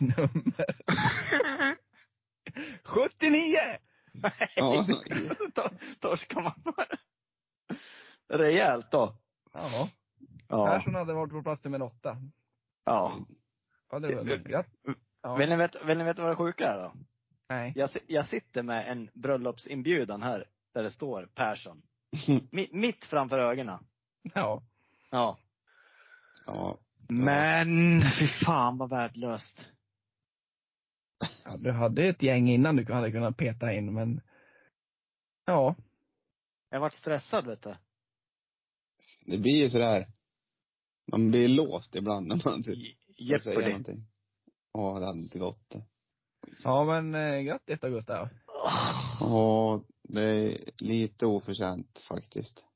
nummer 79! <laughs>
Ja.
<laughs> Tor- Torskar man Rejält då.
Ja.
Ja.
Persson hade varit på plats nummer åtta.
ja.
Hade vunnit. Ja. Ja.
Vill, ni veta, vill ni veta vad det sjuka är då?
Nej.
Jag, si- jag sitter med en bröllopsinbjudan här, där det står <laughs> Persson. Mi, mitt framför ögonen.
Ja.
Ja.
Ja.
Men, fy fan vad värdelöst.
ja. Du hade ett gäng innan du hade kunnat peta in, men ja.
Jag vart stressad vet du.
Det blir ju sådär. Man blir låst ibland när man typ ska säga
Jeopardy.
någonting. Ja, det hade inte gått det.
Ja, men eh, grattis då Gustav.
Ja, det är lite oförtjänt faktiskt.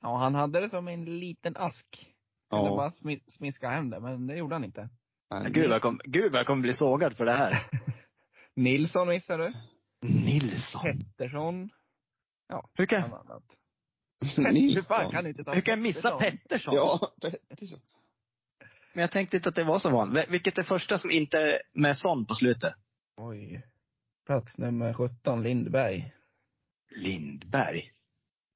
Ja, han hade det som en liten ask. Ja. Eller
Ja.
bara smi- smiska hem det, men det gjorde han inte.
nej,
Gud vad jag kom- gud, vad jag kommer bli sågad för det här.
Nilsson missade du.
Nilsson.
Pettersson.
Hur kan,
Bland annat. Hur
<laughs>
fan
Nilsson.
kan du inte ta
hur kan jag missa
Pettersson?
Pettersson?
Ja, <laughs> Pettersson.
Men jag tänkte inte att det var så vanligt. Vil- Vilket är första som inte är med sån på slutet?
Oj. Plats nummer 17, Lindberg.
Lindberg.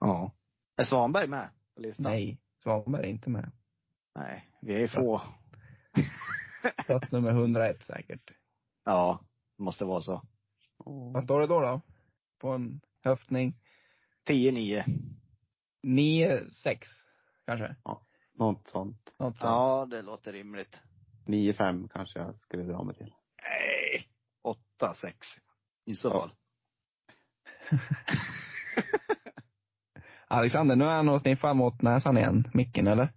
Ja. Är Svanberg med på listan?
Nej, Svanberg är inte med.
Nej, vi är få.
Plats nummer 101 säkert.
Ja, det måste vara så.
Vad står det då då? På en höftning?
10-9.
9, 6 kanske?
Något sånt.
Något sånt.
Ja, det låter rimligt.
9-5 kanske jag skulle dra mig till.
Nej, 8-6. I så fall.
Alexander, nu är han och sniffar mot näsan igen, micken eller?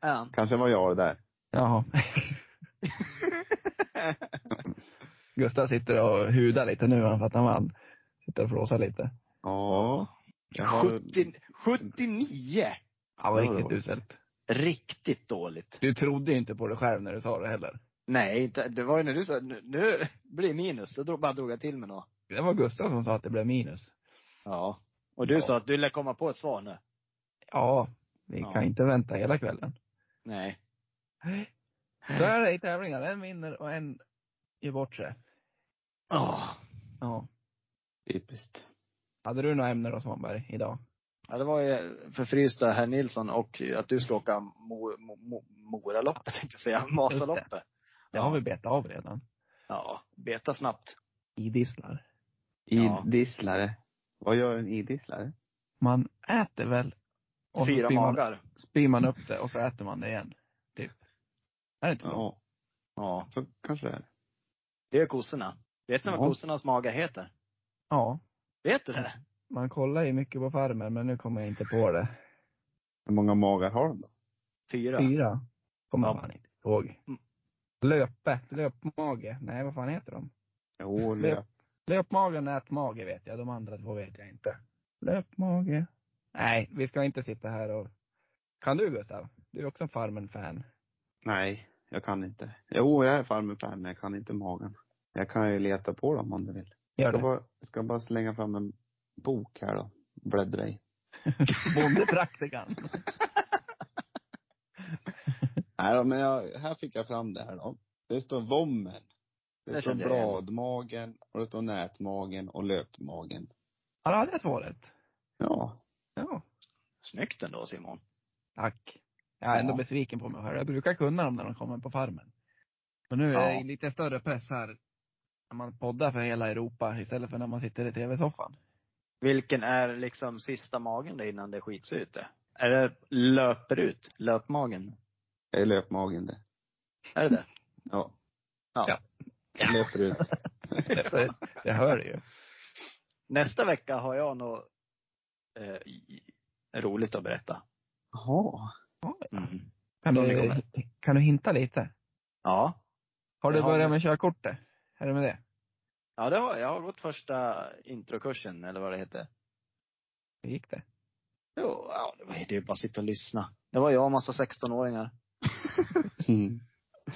Ja.
Kanske var jag det där.
Jaha. <laughs> Gustav sitter och hudar lite nu han för att han vann. Sitter och flåsar lite.
Ja. Jag har...
70, 79!
Han var
Ja, det
riktigt
var-
uselt.
Riktigt dåligt.
Du trodde ju inte på dig själv när du sa det heller.
Nej, inte, det var ju när du sa, nu, nu blir det minus. Då drog, bara drog jag till med något.
Det var Gustav som sa att det blev minus.
Ja. Och du
Ja.
sa att du lär komma på ett svar nu.
Ja, vi
Ja.
kan inte vänta hela kvällen.
Nej.
Så är det i tävlingar. En vinner och en ger bort sig.
Åh.
Ja.
Typiskt.
Hade du några ämnen då Svanberg, idag?
Ja, det var ju förfrysta herr Nilsson och att du ska åka Mo, Mo, Mo, Moraloppet <laughs> tänkte jag säga. Masaloppet.
Det har vi betat av redan.
Ja, beta snabbt.
Idisslar.
Ja.
Idisslare. Vad gör en idisslare?
Man äter väl och så
Fyra
spyr man,
magar.
spyr man upp det och så äter man det igen. Typ. Är det inte så?
Ja,
Ja.
så kanske det är.
Det är kossorna. Vet ni vad
Ja.
kossornas magar heter?
Ja.
Vet du det?
Man kollar ju mycket på Farmen men nu kommer jag inte på det.
Hur många magar har de då?
Fyra.
Fyra kommer
Ja. Mm.
man inte ihåg. Löpe, löpmage. Nej, vad fan heter de?
Jo, löp.
Löpmage och nätmage vet jag. De andra två vet jag inte. Löpmage. Nej, vi ska inte sitta här och... Kan du Gustav? Du är också en Farmen-fan.
Nej, jag kan inte. Jo, jag är farmerfan, men jag kan inte magen. Jag kan ju leta på dem om du vill. Jag
Gör
ska <laughs>
det.
bara, ska bara slänga fram en bok här då. Bläddra i.
Bondepraktikan.
Nej då, men jag, här fick jag fram det här då. Det står vommen. Det,
Det
står
kände jag igen.
bladmagen och det står nätmagen och löpmagen.
Ja, då hade jag två rätt.
Ja.
Ja.
Snyggt ändå Simon.
Tack. Jag är ändå
Ja.
besviken på mig själv. Jag brukar kunna dem när de kommer på farmen. Men nu är det
Ja.
lite större press här. När man poddar för hela Europa istället för när man sitter i tv-soffan.
Vilken är liksom sista magen då innan det skits ut det? Är det löper ut? Löpmagen?
Det är löpmagen det.
Är det det?
Ja.
Ja.
Löper ut.
Det, det hör ju.
Nästa vecka har jag nog eh, i- roligt att berätta. <laughs>
Jaha.
Mm.
Kan
Så det
du,
kommer.
kan du hinta lite?
Ja.
Har du
Jag har
börjat
med-
med körkortet? Är det med det?
Ja, det har jag. Jag har gått första introkursen, eller vad det heter.
Hur gick det?
Jo, ja, det var det är bara att sitta och lyssna. Det var jag och massa 16-åringar.
Mm.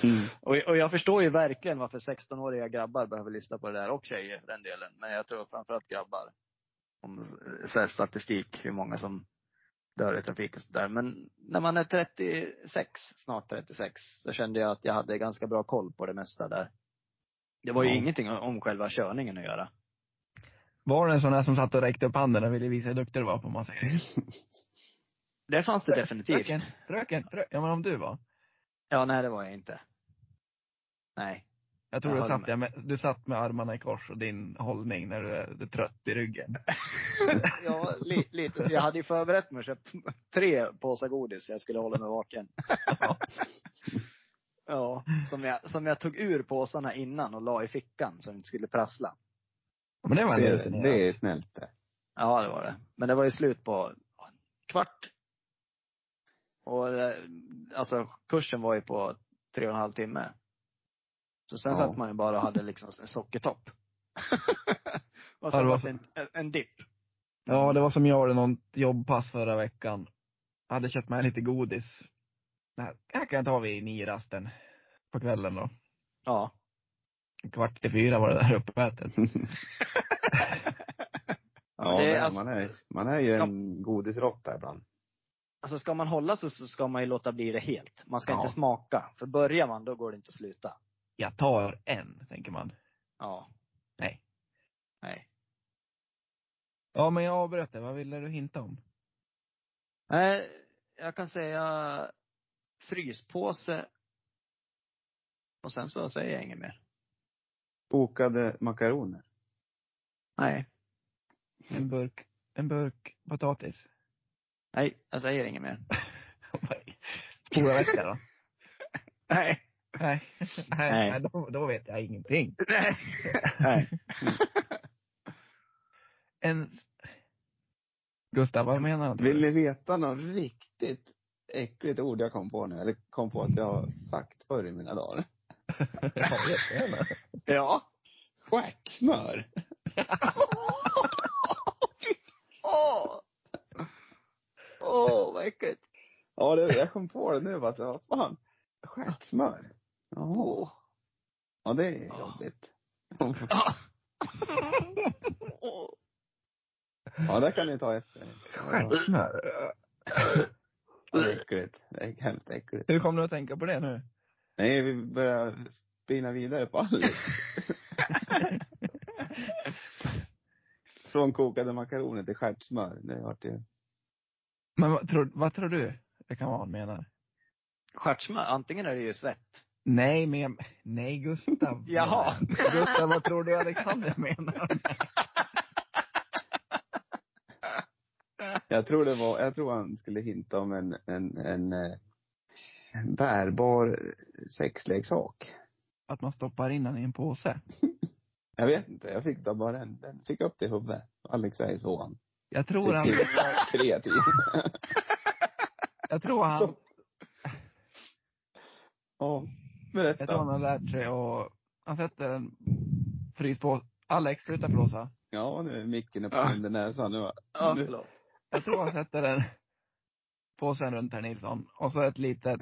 Mm.
Och, och jag förstår ju verkligen varför 16-åriga grabbar behöver lyssna på det där, och tjejer för den delen. Men jag tror framförallt grabbar. Om så här statistik, hur många som dör i trafik och sådär. Men när man är 36, snart 36, så kände jag att jag hade ganska bra koll på det mesta där. Det var ju
Ja.
ingenting om själva körningen att göra.
Var det en sån här som satt och räckte upp handen och ville visa hur duktig du var på en massa grejer?
Det fanns det definitivt.
Fröken, fröken, fröken. Ja men om du var.
Ja, nej det var jag inte. Nej.
Jag tror
Jag
du,
håller
satt, jag med, du satt med armarna i kors och din hållning när du är, du är trött i ryggen.
<laughs> Ja, li, lite. Jag hade ju förberett mig och köpt tre påsar godis jag skulle hålla
<laughs>
mig vaken. Ja, som jag, som jag tog ur påsarna innan och la i fickan så de inte skulle prassla.
Men det var ändå
Det,
rutinerat.
det är snällt det.
Ja, det var det. Men det var ju slut på ja, en kvart. Och eh, alltså kursen var ju på tre och en halv timme. Så sen
Ja.
satt man ju bara och hade liksom en sockertopp. <laughs> och
Ja,
så
det var
var
så.
det en, en, en dipp.
Ja, det var som jag hade någon jobbpass förra veckan. Jag hade köpt med lite godis. Det här, det här kan jag ta vid nio-rasten på kvällen då.
Ja.
Kvart i fyra var det där uppätet.
Ja,
det är
men
alltså-
man, är, man är ju en godisråtta ibland.
Alltså ska man hålla sig så ska man ju låta bli det helt. Man ska
Ja.
inte smaka. För börjar man, då går det inte att sluta.
Jag tar en, tänker man.
Ja.
Nej.
Nej.
Ja, men jag avbröt det. Vad ville du hinta om?
Nej, jag kan säga fryspåse. Och sen så säger jag inget mer.
Kokade makaroner.
Nej.
En burk, en burk potatis.
Nej, jag säger inget mer.
Spolarväska då?
<laughs> Nej.
Nej. Nej,
Nej.
Nej då, då vet jag ingenting.
Nej. Nej.
En... Gustav, vad menar han?
Vill ni veta något riktigt äckligt ord jag kom på nu? Eller kom på att jag har sagt förr i mina dagar.
<laughs> Ja, jättegärna.
Ja.
Stjärtsmör!
Åh! Åh, vad äckligt.
Ja, det, jag kom på det nu. Bara, så, vad fan. Stjärtsmör.
Åh.
Ja, det är jobbigt. <laughs> Ja, det kan ni ta efter. Ja,
Stjärtsmör.
det är äckligt. Det är hemskt äckligt.
<laughs> Hur kom du att tänka på det nu? <laughs>
Nej, vi börjar spinna vidare på
<laughs>
Alice. Från kokade makaroner till stjärtsmör. Det vart ju...
Men vad tror, vad tror du det kan vara han menar?
Stjärtsmör, antingen är det ju svett.
Nej, men jag- nej <laughs> Gustav.
Jaha.
Gustav, vad tror du Alexander menar?
Jag tror det var, jag tror han skulle hinta om en, en, en, eh, en bärbar sexleksak.
Att man stoppar in den i en påse.
Jag vet inte, jag fick då bara en, den fick upp det i huvudet. Alex säger så han.
Jag tror han,
<laughs> Kreativ.
jag tror han,
Ja.
Jag tror han
Berätta.
har lärt sig och han sätter en fryspåse. Alex, sluta blåsa.
Ja, nu är micken uppe
Ja.
under näsan nu va?
Ja,
Nu-
Mm, förlåt.
Jag tror han sätter den påsen runt herr Nilsson och så ett litet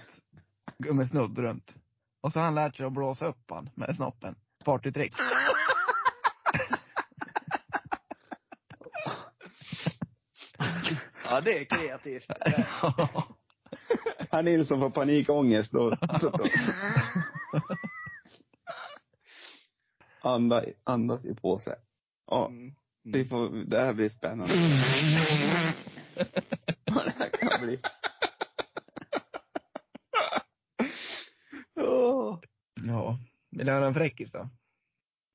gummisnudd runt. Och så har han lärt sig att blåsa upp han med snoppen. Partytrick.
Ja, det är <laughs> kreativt.
Herr Nilsson får panikångest då. då- då. Anda, andas i påse. Ja,
Mm.
vi får, det här blir spännande. Vad det här kan bli. Åh.
<laughs> ja. Vill du höra en fräckis då?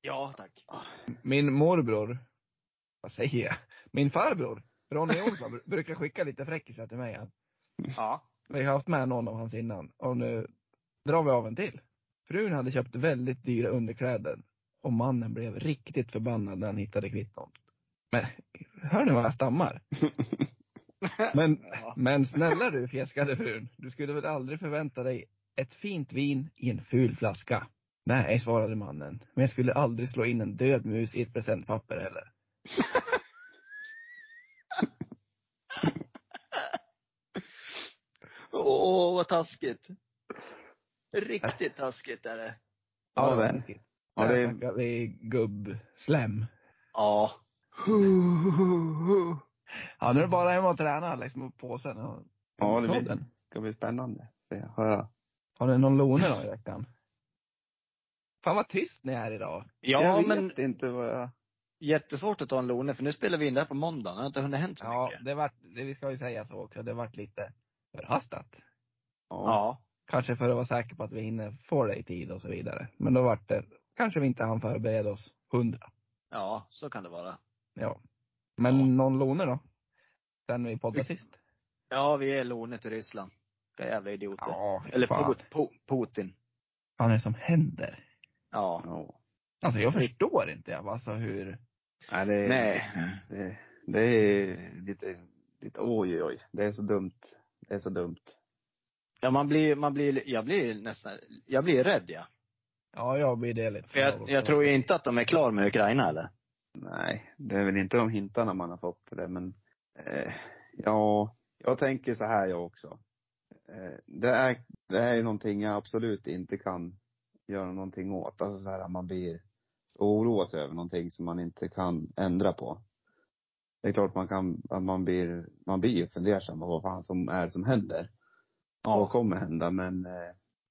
Ja, tack.
Min morbror, vad säger jag? Min farbror, Ronny Olsson, br- brukar skicka lite fräckisar till mig.
Ja.
Vi har haft med någon av hans innan och nu drar vi av en till. Frun hade köpt väldigt dyra underkläder och mannen blev riktigt förbannad när han hittade kvitton. Men, hör ni vad
<laughs>
jag stammar? Men,
ja.
men snälla du, fjäskade frun, du skulle väl aldrig förvänta dig ett fint vin i en ful flaska? Nej, svarade mannen, men jag skulle aldrig slå in en död mus i ett presentpapper heller.
Åh, vad taskigt. Riktigt taskigt är det.
Ja,
det var
men.
tråkigt.
Ja,
Där
det-
snackar vi gubb-slem.
Ja.
Ja, nu är det bara hem och träna liksom med påsen och
Ja, det blir,
podden.
ska bli spännande. Det jag höra.
Har ni någon Lone då i veckan? Fan vad tyst ni är idag.
Ja,
jag
men
vet inte vad jag...
jättesvårt att ta en Lone, för nu spelar vi in det här på måndag. Det har inte hunnit hänt så
Ja,
mycket.
det vart, det, vi ska ju säga så också, det vart lite förhastat.
Ja.
Kanske för att vara säker på att vi hinner få det i tid och så vidare. Men då vart det, kanske vi inte hann förbereda oss hundra.
Ja, så kan det vara.
Ja. Men
Ja.
någon Lone då? Den vi poddade sist?
Ja, vi är Lone till Ryssland. Vilka jävla idioter.
Ja,
Eller
fan.
Put, Pu- Putin.
Vad är det som händer?
Ja.
Ja.
Alltså jag förstår inte jag, alltså hur,
Nej, det,
Nej.
Det, det är lite, lite oj, oj, oj. Det är så dumt. Det är så dumt.
Ja, man blir, man blir, jag blir nästan, jag blir rädd ja.
ja jag blir det lite.
För jag, jag tror ju inte att de är klar med Ukraina eller?
Nej, det är väl inte de hintarna man har fått till det, men eh, ja, jag tänker så här jag också. Eh, det, är, det är ju någonting jag absolut inte kan göra någonting åt. Alltså så här att man blir oroas över någonting som man inte kan ändra på. Det är klart man kan, att man blir, man blir ju fundersam på vad fan som är som händer.
Ja.
Vad kommer hända, men eh,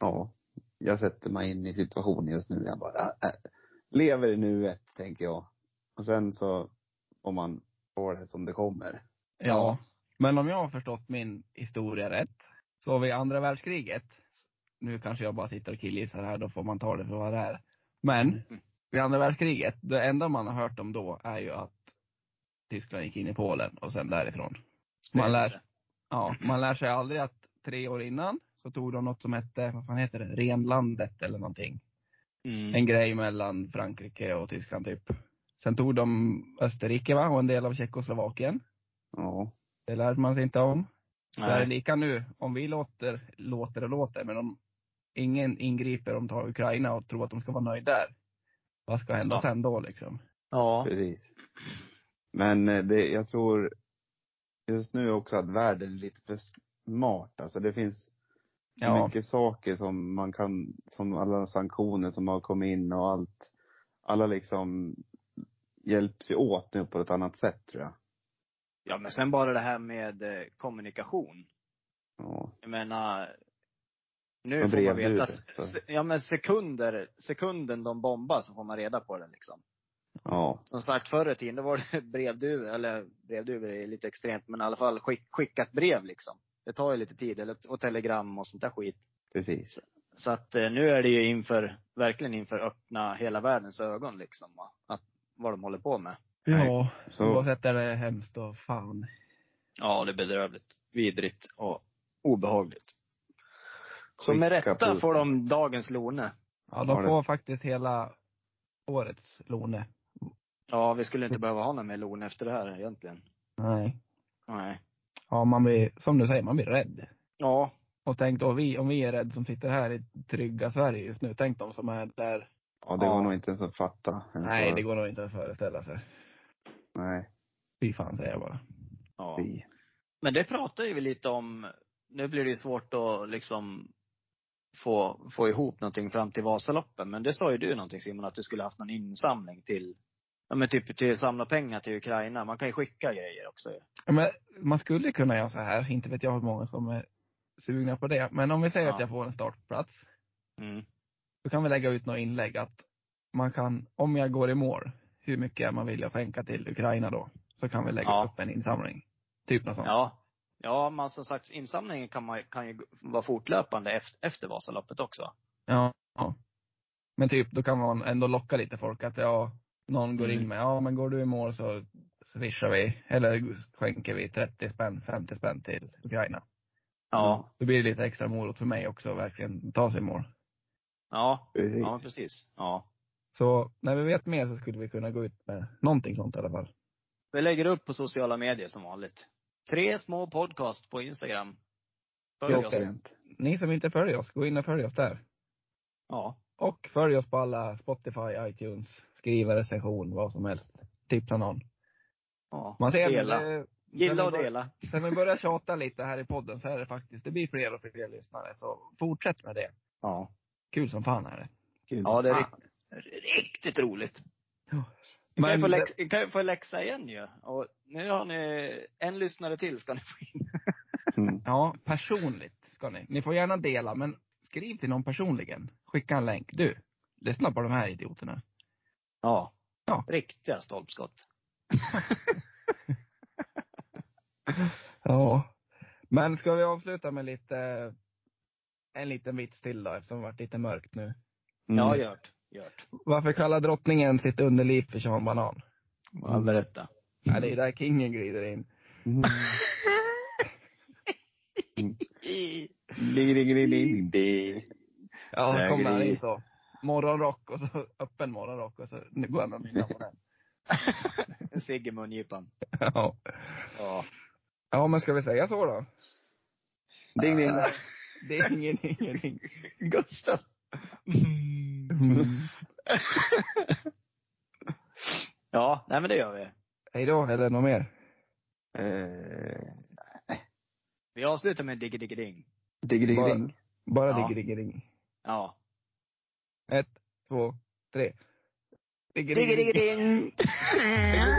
ja. Jag sätter mig in i situationen just nu. Jag bara eh, lever i nuet, tänker jag. Och sen så, om man får det som det kommer.
Ja. Men om jag har förstått min historia rätt, så vid andra världskriget, nu kanske jag bara sitter och killgissar här, då får man ta det för vad det är. Men, vid andra världskriget, det enda man har hört om då är ju att Tyskland gick in i Polen och sen därifrån. Man lär, ja, man lär sig aldrig att tre år innan så tog de något som hette, vad fan heter det, renlandet eller någonting.
Mm.
En grej mellan Frankrike och Tyskland typ. Sen tog de Österrike va, och en del av Tjeckoslovakien.
Ja.
Det lärde man sig inte om. Det är
Nej.
lika nu. Om vi låter, låter och låter, men om ingen ingriper om tar Ukraina och tror att de ska vara nöjda där. Vad ska hända
Ja.
sen då liksom?
Ja.
Precis. Men eh, det, jag tror just nu också att världen är lite för smart. Alltså det finns så
Ja.
mycket saker som man kan, som alla sanktioner som har kommit in och allt. Alla liksom hjälps ju åt nu på ett annat sätt tror jag.
Ja, men sen bara det här med eh, kommunikation.
Ja.
Jag menar,
De
nu får
drev
man
ut
veta,
det,
s-
så.
s- ja men sekunder, sekunden de bombar så får man reda på det liksom.
Ja.
Som sagt förr i tiden då var det <laughs> brevduvor, eller brevduvor är lite extremt, men i alla fall skick, skickat brev liksom. Det tar ju lite tid, eller, och telegram och sånt där skit.
Precis.
Så att eh, nu är det ju inför, verkligen inför öppna hela världens ögon liksom. va? Att, vad de håller på med.
Ja,
Så-
oavsett är det hemskt och fan.
Ja, det är bedrövligt. Vidrigt och obehagligt. Så med
Skicka
rätta
på-
får de dagens Lone.
Ja,
Ja,
de
det-
får faktiskt hela årets Lone.
Ja, vi skulle inte behöva ha någon mer Lone efter det här egentligen.
Nej.
Nej.
Ja, man blir, som du säger, man blir rädd.
Ja,
Och tänk då vi, om vi är rädda som sitter här i trygga Sverige just nu, tänk de som är där.
Ja, det
Ja.
går nog inte ens att fatta. ens
Nej,
vad-
det går nog inte att föreställa sig.
Nej.
Fy fan säger jag bara.
Ja.
fy.
Men det pratar ju vi lite om, nu blir det ju svårt att liksom få, få ihop någonting fram till Vasaloppen. Men det sa ju du någonting Simon, att du skulle haft någon insamling till, ja men typ till samla pengar till Ukraina. Man kan ju skicka grejer också ju.
Ja, men man skulle kunna göra så här, inte vet jag hur många som är sugna på det. Men om vi säger
Ja.
att jag får en startplats,
Mm.
då kan vi lägga ut något inlägg att man kan, om jag går i mål, hur mycket man vill jag skänka till Ukraina då? Så kan vi lägga
Ja.
upp en insamling. Typ något sånt.
Ja. Ja, men som sagt insamlingen kan, man, kan ju vara fortlöpande efter, efter Vasaloppet också.
Ja, ja. Men typ, då kan man ändå locka lite folk att ja, någon går in med, ja men går du i mål så swishar vi, eller skänker vi 30 spänn, 50 spänn till Ukraina.
Mm.
Ja.
Då blir det lite extra morot för mig också att verkligen ta sig i mål.
Ja.
Precis.
Ja, men precis. Ja.
Så när vi vet mer så skulle vi kunna gå ut med någonting sånt i alla fall.
Vi lägger upp på sociala medier som vanligt. Tre små podcast på Instagram. Följ oss.
Klockrent.
Ni som inte följer oss, gå in och följ oss där.
Ja.
Och följ oss på alla Spotify, iTunes, skriv en recension, vad som helst. Tipsa någon.
ja.
Man ser
Dela.
eh,
Gilla och
men-
dela.
Sen vi börjar tjata lite här i podden så är det faktiskt, det blir fler och fler lyssnare. Så fortsätt med det.
Ja.
Kul som fan är det.
Ja, det är
Fan.
rikt- riktigt roligt. Ni kan, ju
Ah. Men,
få läxa, ni kan ju få läxa igen ju. Och nu har ni en lyssnare till ska ni få in.
Mm.
ja, personligt ska ni. Ni får gärna dela, men skriv till någon personligen. Skicka en länk. Du, lyssna på de här idioterna.
Ja.
Ja.
Riktiga stolpskott.
Ja. Men ska vi avsluta med lite, en liten vits till då, eftersom det varit lite mörkt nu.
Mm.
Ja, gjort. Gjort.
Varför kallar drottningen sitt underliv för Sean Banan?
Ja, berätta.
Ja, det är där kingen glider in.
Mm. Ding, ding, ding, ding, ding.
Ja,
Där
så kommer han
gri-
in så. Morgonrock och så öppen morgonrock och så nu går han och nynnar på den.
Sigge mungipan.
Ja.
Ja.
ja, men ska vi säga så då?
Ding, ding.
Det är ingen, ingen, ingen.
Gustav. Mm. Ja, nej men det gör vi.
Hej då, eller något mer?
Eh,
Vi avslutar med diggi-diggi-ding.
ding, ding,
Bara-
ding.
Bara
Ja.
diggering.
Ja.
Ett, två, tre. Diggering.
Diggi-diggi-ding!
Diggering. Ja,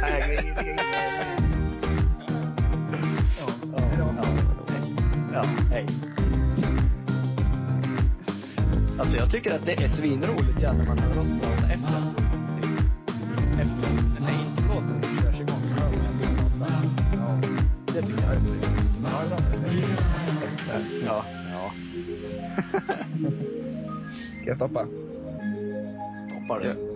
hej då.
Ja, hej. Alltså jag tycker att det är svinroligt ja, när man hör oss prata efter. Typ. Efter den här introlåten som körs igång så hör man att vi pratar. Ja, det tycker jag är roligt.
Ha det bra.
Ja. Ja.
Ska jag stoppa?
Toppar det.